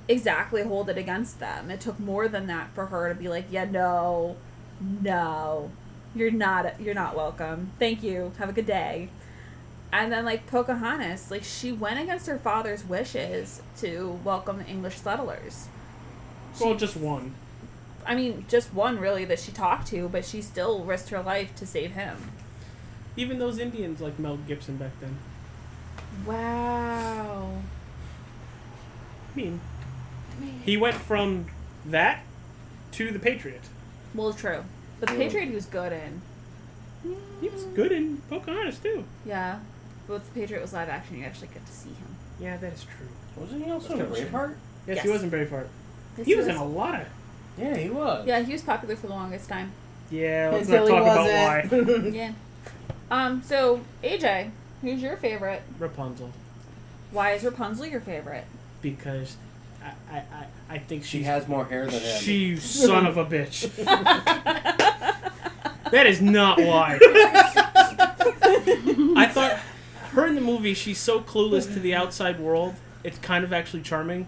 B: exactly hold it against them. It took more than that for her to be like, yeah, no, no. You're not you're not welcome. Thank you. Have a good day. And then like Pocahontas, like she went against her father's wishes to welcome the English settlers.
C: Well, just one.
B: I mean, just one really that she talked to, but she still risked her life to save him.
C: Even those Indians like Mel Gibson back then.
B: Wow.
C: I mean, he went from that to the Patriot.
B: Well, true. But the
F: Yeah.
B: Patriot he was good in.
C: He was good in Pocahontas too.
B: Yeah. But with the Patriot was live action, you actually get to see him.
C: Yeah, that is true.
D: Wasn't he also
F: That's
D: in
F: kinda weird.
D: Braveheart?
C: Yes,
B: Yes.
C: he was in Braveheart.
B: Yes,
C: He was in a lot of.
D: Yeah, he was.
B: Yeah, he was popular for the longest time.
C: Yeah, let's not
G: Until
C: talk about
G: he
C: why.
G: wasn't.
B: yeah. Um, so AJ, who's your favorite?
C: Rapunzel,
B: Why is Rapunzel your favorite?
C: because I I, I, I think
D: She
C: she's-
D: has more hair than him.
C: She you son of a bitch. that is not why. I thought her in the movie, she's so clueless to the outside world. It's kind of actually charming.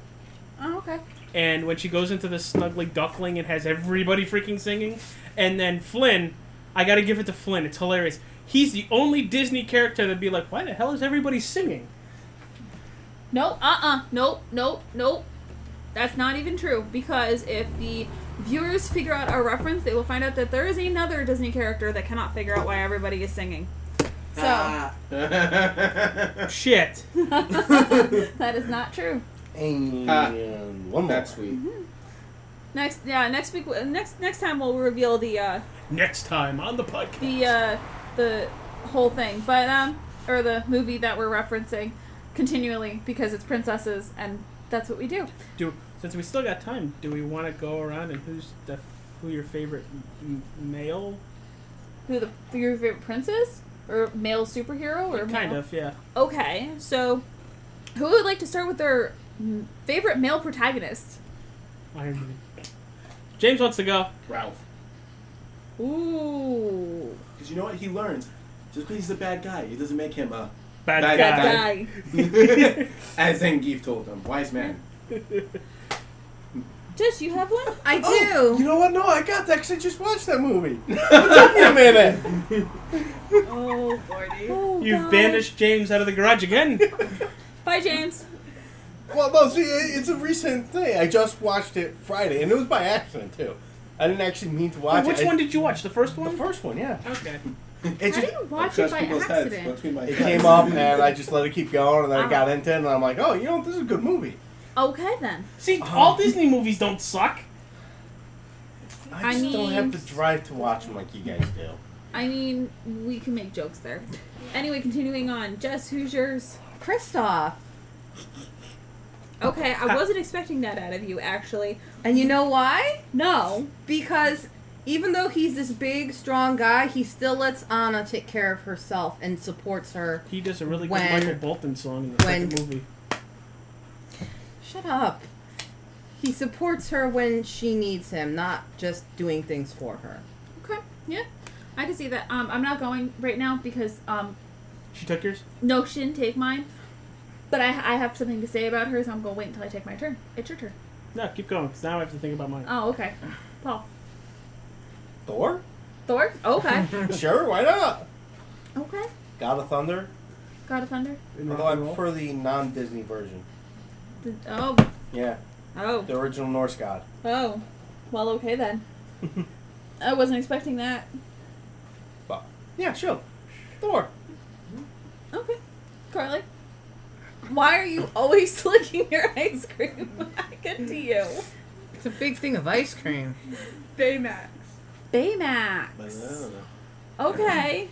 B: Oh, okay.
C: And when she goes into the snuggly duckling and has everybody freaking singing, and then Flynn, I gotta give it to Flynn. It's hilarious. He's the only Disney character that'd be like, why the hell is everybody singing?
B: Nope. Uh. uh Nope. Nope. Nope. That's not even true because if the viewers figure out our reference, they will find out that there is another Disney character that cannot figure out why everybody is singing. So
E: Ah.
C: Shit.
B: that is not true.
D: And
F: Ah.
D: one more.
F: That's sweet.
B: Mm-hmm. Next, yeah, next week, next next time we'll reveal the uh,
C: Next time on the podcast.
B: the uh, the whole thing. But um, or the movie that we're referencing continually because it's princesses and that's what we do.
C: Do since we still got time, do we want to go around and who's the who your favorite m- m- male?
B: Who the who your favorite prince is? Or male superhero or
C: Kind
B: male-
C: of, yeah.
B: Okay, so who would like to start with their mm, favorite male protagonist?
C: Iron Man. James wants to go.
F: Ralph.
B: Ooh.
F: Because you know what? He learns. Just because he's a bad guy, it doesn't make him a
C: Bad
B: guy.
F: As Zangief told him. Wise man.
B: Tish, you have one? Oh,
G: I do.
D: You know what? No, I got to actually just watch that movie. it took me a minute.
I: Oh, Gordy.
B: Oh,
C: You've
B: God.
C: banished James out of the garage again.
B: Bye, James.
D: Well, no, see, it- it's a recent thing. I just watched it Friday, and it was by accident too. I didn't actually mean to watch
C: Which
D: it. I-
C: one did you watch? The first
D: the
C: one?
D: first one? Yeah.
C: Okay.
D: It
B: How
D: just
B: do you watch
F: Crush
B: it by
F: people's heads
B: accident?
F: between my
D: it
F: thighs.
D: came up, and I just let it keep going, and then
B: Ah.
D: I got into it, and I'm like, oh, you know, this is a good movie.
B: Okay then.
C: See, all Disney movies don't suck.
D: I
B: I
D: just don't
B: mean-
D: have to drive to watch them like you guys do.
B: I mean, we can make jokes there. Anyway, continuing on. Jess, who's yours?
G: Kristoff.
B: Okay, I wasn't expecting that out of you, actually.
G: And you know why?
B: No.
G: Because even though he's this big, strong guy, he still lets Anna take care of herself and supports her.
C: He does a really good
G: When-
C: Michael Bolton song in the
G: when-
C: second movie.
G: Shut up. He supports her when she needs him, not just doing things for her.
B: Okay, yeah. I can see that. Um, I'm not going right now because um,
C: She took yours?
B: no, she didn't take mine. But I, I have something to say about her, so I'm going to wait until I take my turn. It's your turn.
C: No, keep going, 'cause now I have to think about mine.
B: Oh, okay. Paul.
D: Thor?
B: Thor? Okay.
D: sure, why not?
B: okay.
D: God of Thunder?
B: God of Thunder?
D: Although I prefer the non Disney version.
B: The- oh.
D: Yeah,
B: Oh.
D: the original Norse god.
B: Oh. Well, okay then. I wasn't expecting that.
D: But, yeah, sure. Thor.
B: Okay. Carly? Why are you always licking your ice cream? Good to you.
G: It's a big thing of ice cream.
I: Baymax.
F: But, I don't
B: Baymax.
F: know.
B: Okay.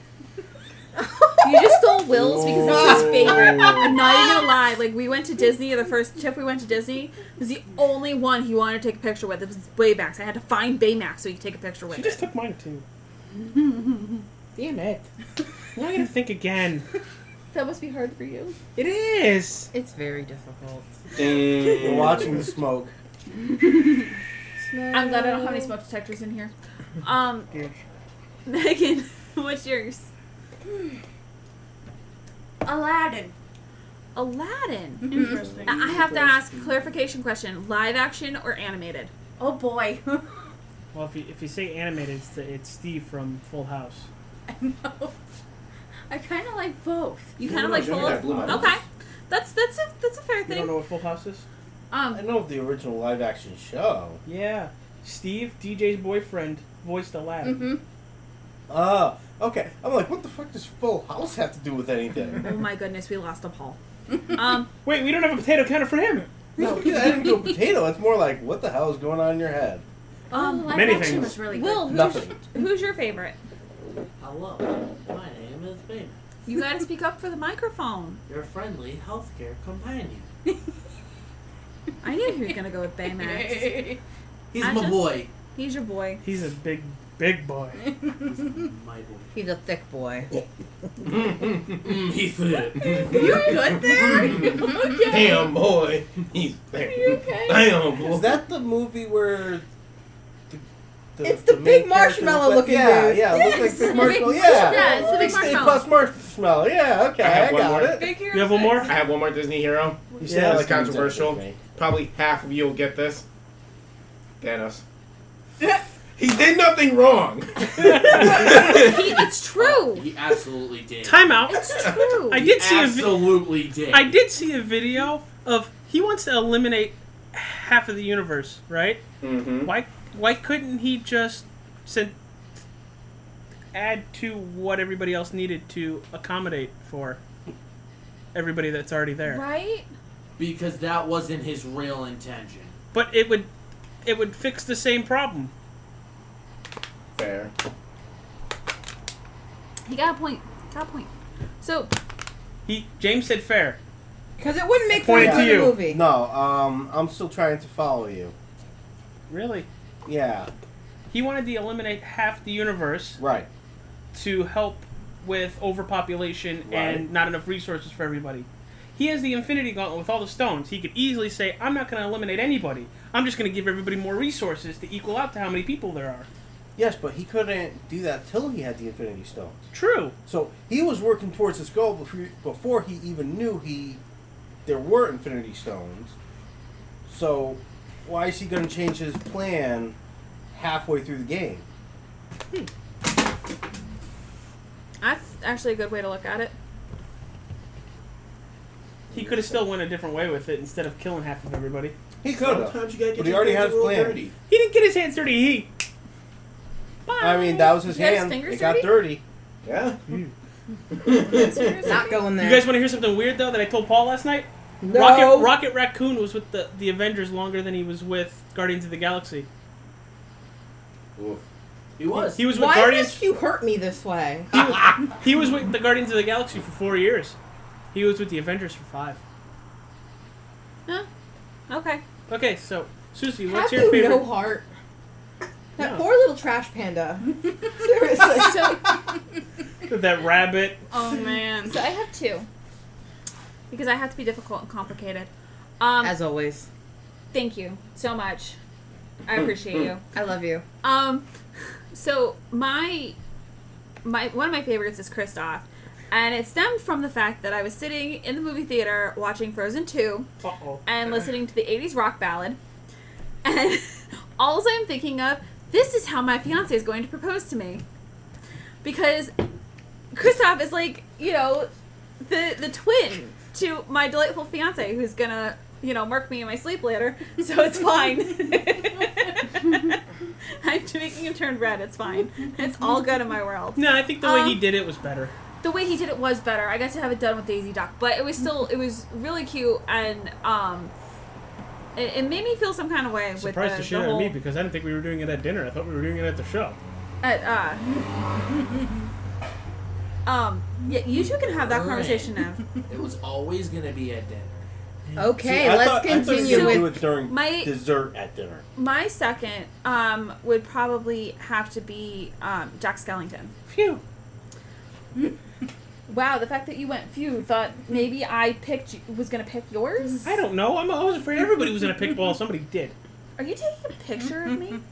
B: You just stole Will's because it's his favorite. I'm not even gonna lie. Like we went to Disney, the first trip we went to Disney was the only one he wanted to take a picture with. It was Baymax. I had to find Baymax so he could take a picture with
C: She just
B: it.
C: took mine too.
G: Damn it.
C: Now I gotta think again.
B: That must be hard for you.
C: It is.
G: It's very difficult.
D: We're watching the smoke.
B: I'm glad I don't have any smoke detectors in here. Um, Megan, what's yours?
H: Aladdin.
B: Aladdin.
I: Interesting.
B: I I have to ask a clarification question: live action or animated?
H: Oh boy.
C: Well, if you, if you say animated, it's, the, it's Steve from Full House.
H: I know. I kind of like both.
B: You
F: No,
B: kind of
F: no,
B: like
F: Johnny
B: both.
F: Depp, Blue Eyes.
B: Okay, that's that's a that's a fair
C: You don't
B: thing.
C: know what Full House is?
D: I
B: Um,
D: know of the original live action show.
C: Yeah. Steve, DJ's boyfriend, voiced Aladdin.
H: Mm-hmm.
D: Oh, okay. I'm like, what the fuck does Full House have to do with anything?
B: oh my goodness, we lost a Paul. Um,
C: Wait, we don't have a potato counter for him.
D: no, yeah, I didn't go potato. It's more like, what the hell is going on in your head?
H: Um,
B: um,
H: live
C: Many
H: action
C: things.
H: was really good.
B: Will, who's,
D: Nothing.
B: who's your favorite?
E: Hello, my name is Baymax,
B: You got to speak up for the microphone.
E: your friendly healthcare companion.
B: I knew you were gonna go with Baymax.
E: He's
B: I
E: my
B: just-
E: boy.
B: He's your boy.
C: He's a big, big boy.
E: My boy.
G: He's a thick boy.
E: Mm, he's there.
B: You good there? okay.
J: Damn boy, he's there.
B: okay?
J: Damn boy.
D: Is that the movie where. The,
G: It's the big
D: main character
G: marshmallow
D: looked like-
G: looking
D: yeah,
G: dude.
D: Yeah, it
B: Yes.
D: looks like Big Marshmallow.
B: Big-
D: Yeah.
B: yeah, it's the big
D: Stay
B: marshmallow.
D: Puft Marshmallow. Yeah, okay.
J: I
D: I,
J: have one
D: got
J: more.
D: it.
B: Big hero
C: You have one more?
J: I have one more Disney hero. Yeah,
D: You like
J: it's
D: you did
J: controversial.
D: with me.
J: Probably half of you will get this. Thanos. he did nothing wrong.
B: He, it's true.
E: He absolutely did.
C: Time out.
B: True.
C: I
E: He
C: did see a vi-
E: absolutely did.
C: I did see a video of he wants to eliminate half of the universe, right?
J: Mm-hmm.
C: Why why couldn't he just send, add to what everybody else needed to accommodate for everybody that's already there?
B: Right?
E: because that wasn't his real intention.
C: But it would it would fix the same problem.
J: Fair.
B: He got a point. Got a point. So,
C: He James said fair.
G: Because it wouldn't make for a
D: Pointed
G: good movie.
D: No, um, I'm still trying to follow you.
C: Really?
D: Yeah,
C: He wanted to eliminate half the universe
D: right.
C: to help with overpopulation
D: Right.
C: and not enough resources for everybody. He has the Infinity Gauntlet with all the stones. He could easily say, "I'm not going to eliminate anybody. I'm just going to give everybody more resources to equal out to how many people there are."
D: Yes, but he couldn't do that till he had the Infinity Stones.
C: True.
D: So he was working towards his goal before, before he even knew he there were Infinity Stones. So why is he going to change his plan halfway through the game?
B: That's actually a good way to look at it.
C: He could have still went a different way with it instead of killing half of everybody.
D: He could have,
F: Sometimes you gotta get
D: but he
F: your
D: already
F: hands
D: has
F: real
D: plan.
F: dirty.
C: He didn't get his hands dirty. He.
D: I mean, that was his
B: He had his
D: hand.
B: fingers
D: it got dirty.
F: Yeah.
G: Hmm. Not going there.
C: You guys want to hear something weird though that I told Paul last night?
G: No.
C: Rocket Rocket Raccoon was with the the Avengers longer than he was with Guardians of the Galaxy.
J: Oof.
E: He was.
C: He was with
G: Why
C: Guardians.
G: must you hurt me this way?
C: He was with the Guardians of the Galaxy for four years. He was with the Avengers for five.
B: Huh? Okay.
C: Okay, so Susie,
G: Have
C: what's
G: you
C: your favorite?
G: no heart? That
C: No.
G: poor little trash panda. Seriously.
B: So,
C: that rabbit.
I: Oh man.
B: so I have two. Because I have to be difficult and complicated. Um,
G: As always,
B: thank you so much. I appreciate you.
G: I love you.
B: Um, so my my one of my favorites is Kristoff, and it stemmed from the fact that I was sitting in the movie theater watching Frozen Two
C: Uh oh.
B: and listening to the '80s rock ballad, and all I'm thinking of this is how my fiance is going to propose to me, because Kristoff is like you know the the twin to my delightful fiance who's gonna you know mark me in my sleep later, so it's fine. I'm making him turn red. It's fine. It's all good in my world.
C: No, I think the way he
B: Um,
C: did it was better.
B: The way he did it was better. I got to have it done with Daisy Duck, but it was still it was really cute and um, it, it made me feel some kind of way
C: Surprised the,
B: with the,
C: shit
B: the
C: out of
B: whole
C: me because I didn't think we were doing it at dinner. I thought we were doing it at the show.
B: at uh. um. Yeah, you two can have that conversation now.
E: It was always gonna be at dinner.
G: Okay,
D: See, I
G: let's
D: thought- I thought you
G: continue
D: were gonna
G: with.
D: do it during
B: My-
D: dessert at dinner.
B: My second um would probably have to be um Jack Skellington.
C: Phew.
B: Wow, the fact that you went few thought maybe I picked you, was gonna pick yours.
C: I don't know. I'm, I was afraid everybody was gonna pick ball. Somebody did.
B: Are you taking a picture of me?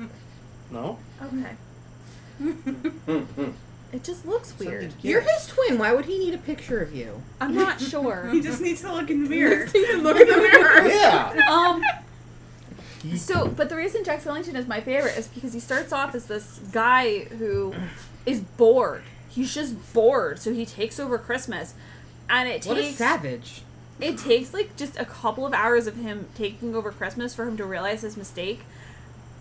D: No,
B: Okay. it just looks weird.
G: You're his twin. Why would he need a picture of you?
B: I'm not sure.
I: He just needs to look in the mirror.
G: Look in the mirror.
D: yeah,
B: um. So, but the reason Jack Skellington is my favorite is because he starts off as this guy who is bored. He's just bored, so he takes over Christmas, and it
G: What a
B: takes
G: savage.
B: it takes like just a couple of hours of him taking over Christmas for him to realize his mistake,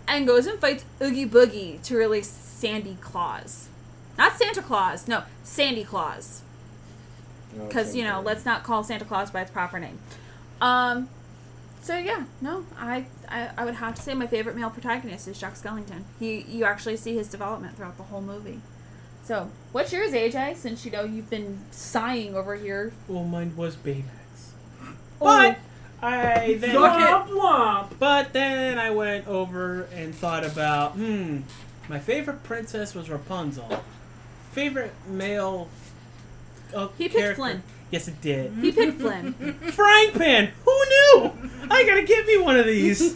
B: and goes and fights Oogie Boogie to release Sandy Claus, not Santa Claus, no Sandy Claus, because you know let's not call Santa Claus by its proper name. Um, so yeah, no, I, I I would have to say my favorite male protagonist is Jack Skellington. He you actually see his development throughout the whole movie. So what's yours, AJ? Since you know you've been sighing over here.
C: Well, mine was Baymax.
B: Oh.
C: But I then
E: Womp womp.
C: But then I went over and thought about, hmm, my favorite princess was Rapunzel. Favorite male. Uh,
B: He picked
C: character-
B: Flynn. Mm-hmm.
C: Yes, it did.
B: He picked Flynn.
C: Frying pan. Who knew? I gotta get me one of these.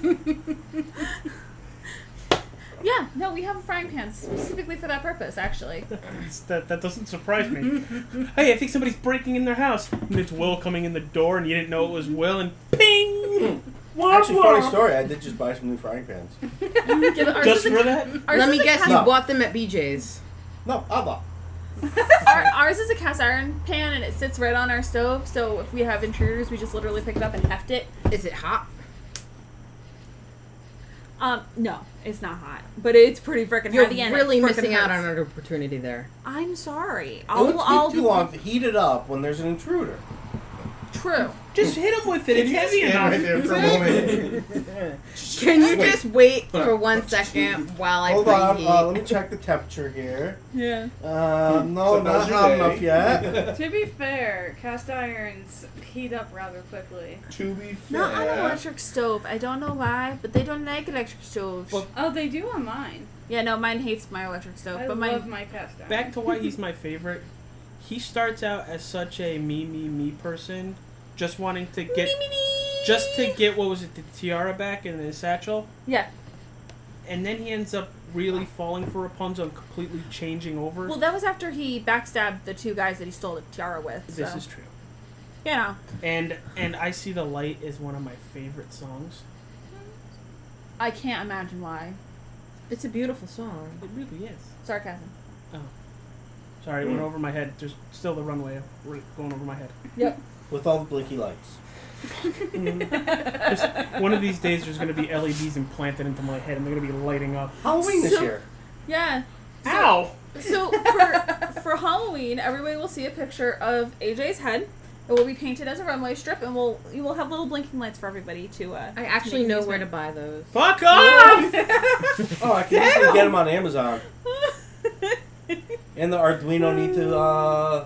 B: Yeah, no, we have a frying pan specifically for that purpose, actually.
C: It's- that, that doesn't surprise me. hey, I think somebody's breaking in their house. And it's Will coming in the door, and you didn't know it was Will, and ping.
D: actually, funny story. I did just buy some new frying pans.
B: Give it- ours
C: Just
B: is a-
C: for that.
B: ours
G: Let
B: is
G: me
B: a
G: guess.
B: cast-
G: You
D: No.
G: bought them at BJ's.
D: No, Abba.
B: our- ours is a cast iron pan, and it sits right on our stove. So if we have intruders, we just literally pick it up and heft it.
G: Is it hot?
B: Um, no, it's not hot, but it's pretty freaking
G: You're
B: heavy. and it
G: really
B: frickin'
G: missing out on
B: hurts.
G: an opportunity there.
B: I'm sorry.
D: It would
B: I'll,
D: take
B: I'll
D: too long to heat it up when there's an intruder.
B: True.
C: Just hit him with it. It's heavy enough.
K: Can you
D: Wait.
K: just wait for one second while I
D: Hold on,
K: preheat?
D: uh, let me check the temperature here.
I: Yeah.
D: Uh, no,
J: Hmm. So
D: not
J: now's your
D: hot
J: day.
D: enough yet.
I: to be fair, cast irons heat up rather quickly.
J: To be
B: Not on an electric stove. I don't know why, but they don't like electric stoves.
I: Oh, they do on mine.
B: yeah, no, mine hates my electric stove.
I: I
B: but
I: love
B: mine,
I: my cast iron.
C: Back to why he's my favorite. He starts out as such a me, me, me person, just wanting to get, just to get what was it, the tiara back and the satchel,
B: yeah.
C: and then he ends up really falling for Rapunzel and completely changing over.
B: Well, that was after he backstabbed the two guys that he stole the tiara with. So.
C: this is true.
B: You know,
C: And and I see the light is one of my favorite songs.
B: I can't imagine why.
G: It's a beautiful song.
C: It really is.
B: Sarcasm.
C: Oh, sorry,
B: Mm.
C: it went over my head. There's still the runway we're going over my head.
B: Yep.
D: With all the blinky lights.
C: One of these days, there's going to be LEDs implanted into my head, and they're going to be lighting up.
D: Halloween this
B: So-
D: year.
B: Yeah. So-
C: Ow!
B: So for for Halloween, everybody will see a picture of AJ's head. It will be painted as a runway strip, and we'll you will have little blinking lights for everybody to. Uh,
G: I actually
B: make
G: know
B: use
G: where
B: of.
G: to buy those.
C: Fuck off!
D: Oh, I can easily get them on Amazon. and the Arduino need to. Uh,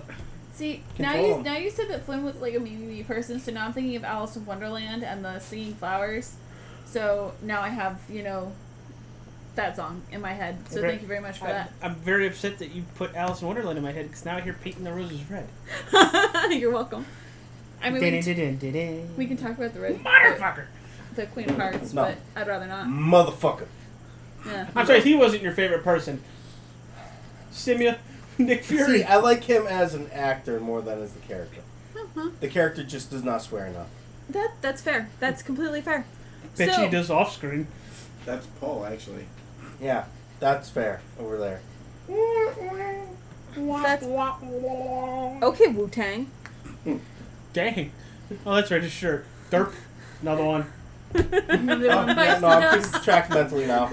B: See now
D: Control
B: you
D: 'em.
B: now you said that Flynn was like a BBB person, so now I'm thinking of Alice in Wonderland and the singing flowers. So now I have you know that song in my head. So
C: Okay.
B: thank you very much for
C: I,
B: that.
C: I'm very upset that you put Alice in Wonderland in my head because now I hear painting the roses red.
B: You're welcome. I mean, we can, t- we can talk about the red,
C: Motherfucker!
B: the Queen of Hearts,
D: No.
B: but I'd rather not.
D: motherfucker.
B: Yeah.
C: I'm sorry, he wasn't your favorite person. Simia, Nick Fury.
D: See, I like him as an actor more than as the character.
I: Mm-hmm.
D: The character just does not swear enough.
B: That that's fair. That's completely fair.
C: Bet
B: so,
C: she does off screen.
J: That's Paul, actually.
D: Yeah, that's fair over there.
B: That's okay, Wu Tang.
C: Dang. Oh, that's right, his shirt. Derp. Another one.
D: Oh, yeah, no, I'm keeping track mentally now.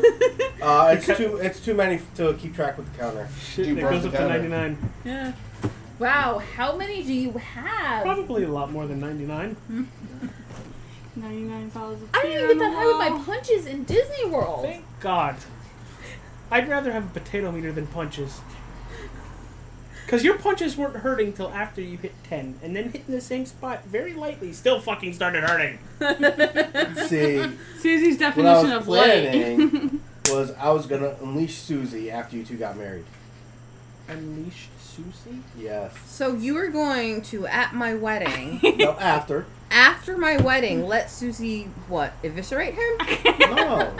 D: Uh, it's too it's too many to keep track with the counter.
C: Shit,
J: You
C: that
J: broke
C: goes
J: the
C: up to
J: counter.
C: 99.
B: Yeah. Wow, how many do you have?
C: Probably a lot more than 99.
I: 99 follows of
B: I didn't even get that high with my punches in Disney World.
C: Thank God. I'd rather have a potato meter than punches. Because your punches weren't hurting till after you hit 10, and then hitting the same spot very lightly still fucking started hurting.
D: See,
I: Susie's
D: what I
I: definition
D: was
I: of light.
D: planning was I was gonna unleash Susie after you two got married.
C: Unleash Susie?
D: Yes.
G: So you are going to at my wedding.
D: No, after.
G: after my wedding, let Susie what eviscerate him?
D: No.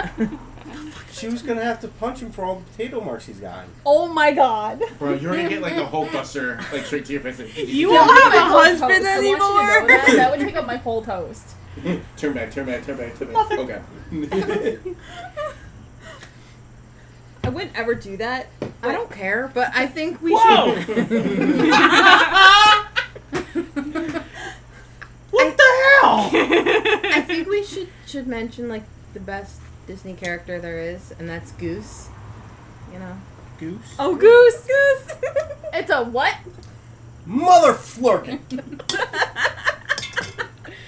D: She was gonna have to punch him for all the potato marks he's gotten.
B: Oh my god.
J: Bro, you're gonna get like the Hulkbuster, like straight to your face. and-
K: You won't have a husband
B: I want you to know
K: anymore.
B: that. That would take up my whole toast.
J: turn back, turn back, turn back, Oh, turn back. Okay.
B: I wouldn't ever do that.
G: I don't care, but I think we
C: Whoa!
G: should.
C: what the hell?
G: I think we should should mention like the best Disney character there is, and that's Goose. You know,
C: Goose.
B: Oh, goose, goose. it's a what?
D: Mother flurkin.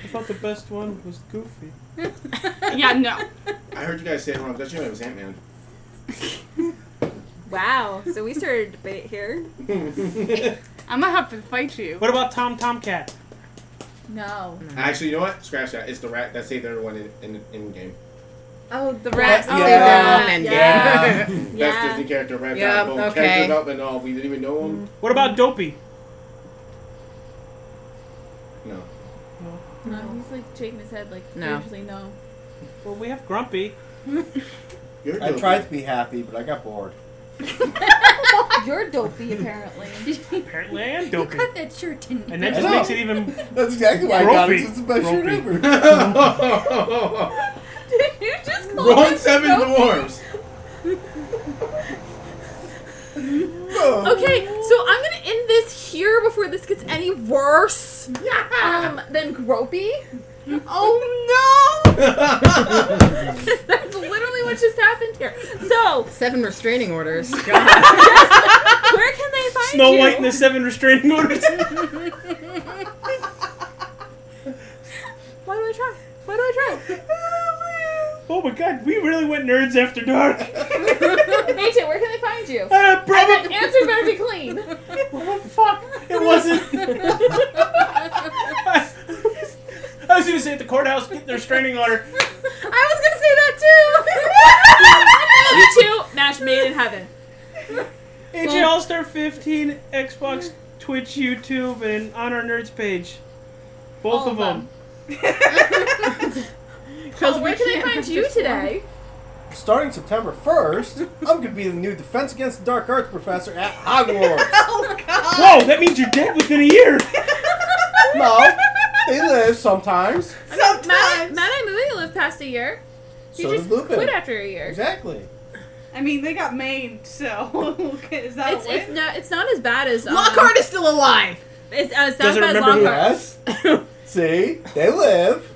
C: I thought the best one was Goofy.
I: Yeah, no.
J: I heard you guys say it wrong. That's your name was Ant Man.
B: Wow. So we started a debate here.
I: I'm gonna have to fight you.
C: What about Tom Tomcat?
B: No.
J: Actually, you know what? Scratch that. It's the rat that saved everyone in in, in game.
G: oh the rat
B: Oh,
G: saved
B: yeah,
G: everyone and
B: yeah.
G: game.
J: Best
B: Yeah.
J: Disney character rat.
G: Yeah,
J: Yeah. Boom.
G: okay.
J: Character development. and All we didn't even know him.
C: What about Dopey?
B: Mm-hmm.
J: No.
B: No, he's like shaking his head like
G: No.
B: usually no.
C: Well, we have Grumpy.
J: You're
D: I
J: joking.
D: tried to be happy, but I got bored.
B: You're dopey apparently.
C: Apparently, I am Dopey.
H: Cut that shirt in.
C: And that
D: I
C: just
D: know.
C: makes it even.
D: That's exactly why I got it.
C: Grumpy.
D: It's the best shit
C: Grumpy.
D: ever.
B: Did you just call
J: Wrong
B: him
J: seven
B: dopey?
J: dwarves.
B: Okay, so I'm gonna end this here before this gets any worse. Um, than gropey. Oh no! That's literally what just happened here. So,
G: Seven restraining orders.
B: where can they find
C: Snow
B: you?
C: White and the Seven Restraining Orders. Oh my god, we really went nerds after dark.
B: Nathan, where can they find you?
C: Uh, probably-
B: And the answer better be clean.
C: what the fuck? It wasn't. I was gonna say at the courthouse, get their restraining order.
B: I was gonna say that too. you two, match made in heaven.
C: AJ All Star 15, Xbox, Twitch, YouTube, and on our nerds page. Both of them.
B: Well, Oh, where can they find you today?
D: Starting September 1st, I'm going to be the new Defense Against the Dark Arts professor at Hogwarts.
B: Oh god.
C: Whoa, that means you're dead within a year.
D: no, they live sometimes.
B: Sometimes. Matt, Matt and Moody lived past a year. You
D: So
B: just
D: did Lupin.
B: quit after a year.
D: Exactly.
K: I mean, they got maimed, so is that
B: It's, it's not it's not as bad as um,
K: Lockhart is still alive.
B: It's, uh, it's not as
D: Doesn't
B: bad as
D: remember
B: Lockhart.
D: yes. See, they live.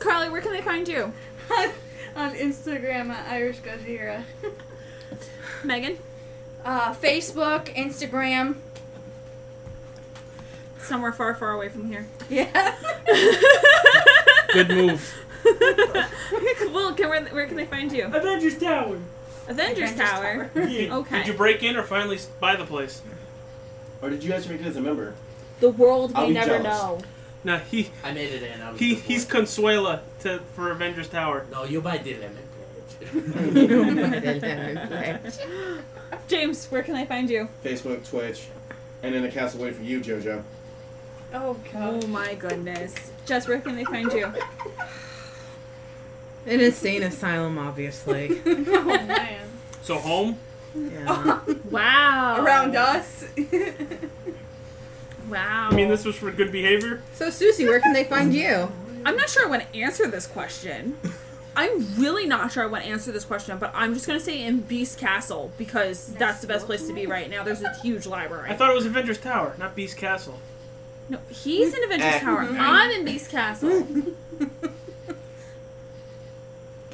B: Carly, where can they find you?
K: on Instagram at Irish Gajira.
B: Megan,
H: Uh, Facebook, Instagram.
B: somewhere far, far away from here.
H: Yeah.
C: Good move.
B: well, can, where, where can they find you?
C: Avengers Tower.
B: Avengers,
H: Avengers
B: Tower. Okay.
C: Did you break in or finally s- buy the place?
J: Or did you guys make it as a member?
B: The world
J: I'll
B: may
J: be
B: never
J: jealous.
B: know.
C: No, he
E: I made it in. I was
C: he
E: good
C: he's Consuela to for Avengers Tower.
E: boy. No, you might did it.
G: Oh,
B: James, where can I find you?
J: Facebook, Twitch, and then a cast away from you, JoJo.
K: Oh god.
B: Oh my goodness. Jess, where can they find you?
G: An insane asylum, obviously.
K: Oh man.
C: So home.
G: Yeah.
B: Wow.
K: Around us.
B: Wow.
C: I mean, this was for good behavior.
G: so, Susie, where can they find you?
B: I'm not sure I want to answer this question. I'm really not sure I want to answer this question, but I'm just going to say in Beast Castle because that's the best place to be right now. There's a huge library.
C: I thought it was Avengers Tower, not Beast Castle.
B: no, he's in Avengers
J: Eh.
B: Tower. I'm in Beast Castle.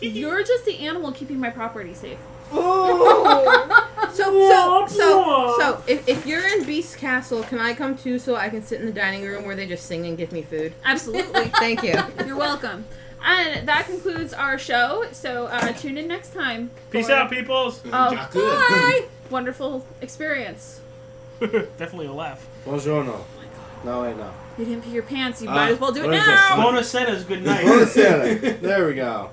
B: You're just the animal keeping my property safe.
G: So, so, so, so if, if you're in Beast Castle, can I come too so I can sit in the dining room where they just sing and give me food?
B: Absolutely.
G: Thank you.
B: You're welcome. And that concludes our show. So uh, tune in next time.
C: Peace
B: for-
C: out, peoples.
B: Oh,
J: Got good.
B: bye! Wonderful experience.
C: Definitely a laugh.
D: Buongiorno. No, wait, no. Ah.
B: You didn't pee your pants. You
J: Uh,
B: might as well do it
J: what is
B: now.
C: Bonus said is good night.
D: Buonasera. There we go.